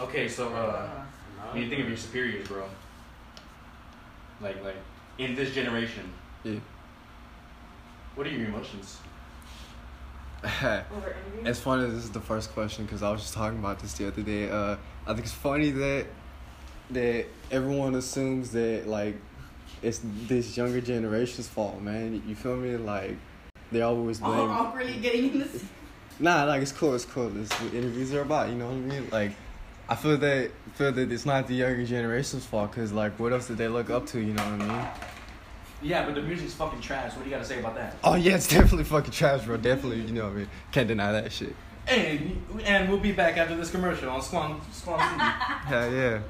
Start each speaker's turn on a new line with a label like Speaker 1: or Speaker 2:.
Speaker 1: Okay, so uh, when you think of your superiors, bro, like like in this generation,
Speaker 2: Yeah.
Speaker 1: what are your emotions?
Speaker 3: Over interview?
Speaker 2: It's funny. This is the first question because I was just talking about this the other day. Uh, I think it's funny that that everyone assumes that like it's this younger generation's fault, man. You feel me? Like they always
Speaker 4: Oh,
Speaker 2: blame.
Speaker 4: awkwardly getting in this.
Speaker 2: Nah, like it's cool. It's cool. This is what interviews are about. You know what I mean? Like I feel that feel that it's not the younger generation's fault because like what else did they look up to? You know what I mean?
Speaker 1: Yeah, but the music's fucking trash. What do you gotta say about that?
Speaker 2: Oh yeah, it's definitely fucking trash, bro. Definitely. You know what I mean? Can't deny that shit.
Speaker 1: And and we'll be back after this commercial on Squam Squam TV.
Speaker 2: Hell yeah.